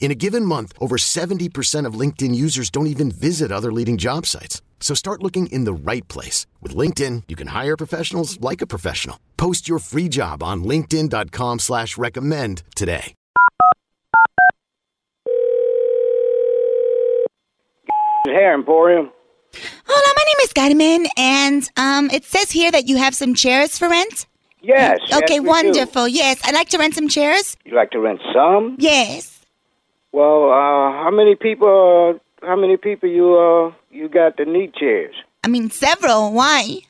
In a given month, over 70% of LinkedIn users don't even visit other leading job sites. So start looking in the right place. With LinkedIn, you can hire professionals like a professional. Post your free job on linkedin.com slash recommend today. Hair Emporium. Hello, my name is Guideman, and um, it says here that you have some chairs for rent. Yes. yes, okay, we do. wonderful. Yes, I'd like to rent some chairs. You like to rent some? Yes. Well, uh, how many people? Uh, how many people you uh you got that need chairs? I mean, several. Why?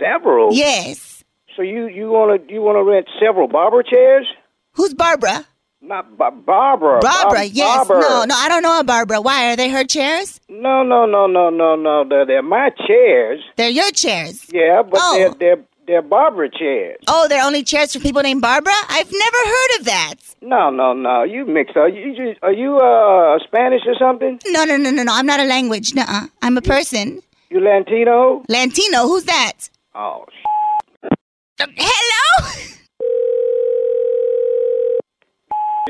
Several. Yes. So you you wanna you wanna rent several barber chairs? Who's Barbara? Not ba- Oh, Barbara. Barbara, Bob- yes. Barber. No, no, I don't know a Barbara. Why? Are they her chairs? No, no, no, no, no, no. They're, they're my chairs. They're your chairs. Yeah, but Oh. they're they're they're Barbara chairs. Oh, they're only chairs for people named Barbara? I've never heard of that. No, no, no. You mixed up. You, you are you uh Spanish or something? No, no, no, no, no. I'm not a language. Nuh-uh. I'm a person. You Latino? Lantino, who's that? Um, Oh, sh- Hello?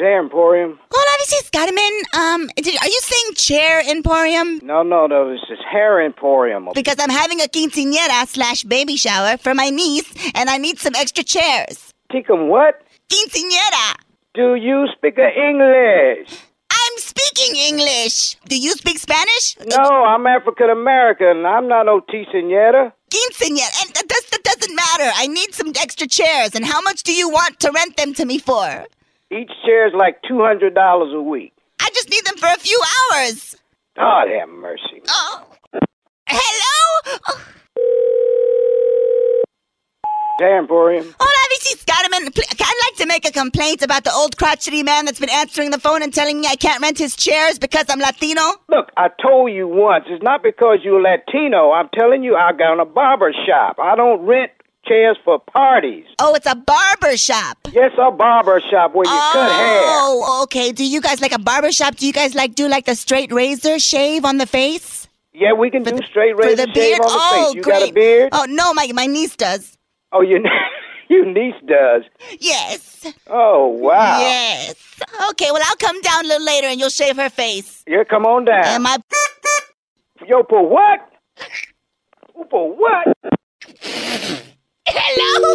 Hair Emporium. Hola, this is Guideman. Um, did, are you saying chair emporium? No, no, no. This is Hair Emporium. because I'm having a quinceañera slash baby shower for my niece, and I need some extra chairs. Tikum, what? Quinceañera. Do you speak a English? I'm speaking English. Do you speak Spanish? No, I'm African American. I'm not no Ticineta. Quinceañera. And that, does, that doesn't matter. I need some extra chairs. And how much do you want to rent them to me for? Each chair is like two hundred dollars a week. I just need them for a few hours. God have mercy. Oh. Hello? Oh, Damn, Emporium. Hola, this is Scottiman. I'd like to make a complaint about the old crotchety man that's been answering the phone and telling me I can't rent his chairs because I'm Latino. Look, I told you once. It's not because you're Latino. I'm telling you, I got a barber shop. I don't rent chairs for parties. Oh, it's a barber shop. Yes, a barber shop where you cut hair. Oh, okay. Do you guys like a barbershop? Do you guys like do like the straight razor shave on the face? Yeah, we can do straight For razor the shave beard? on the oh, face. You great. got a beard? Oh, no, my, my niece does. Oh, your your niece does. Yes. Oh, wow. Yes. Okay, well, I'll come down a little later and you'll shave her face. Yeah, come on down. And my. Yo, for what? For what? Hello?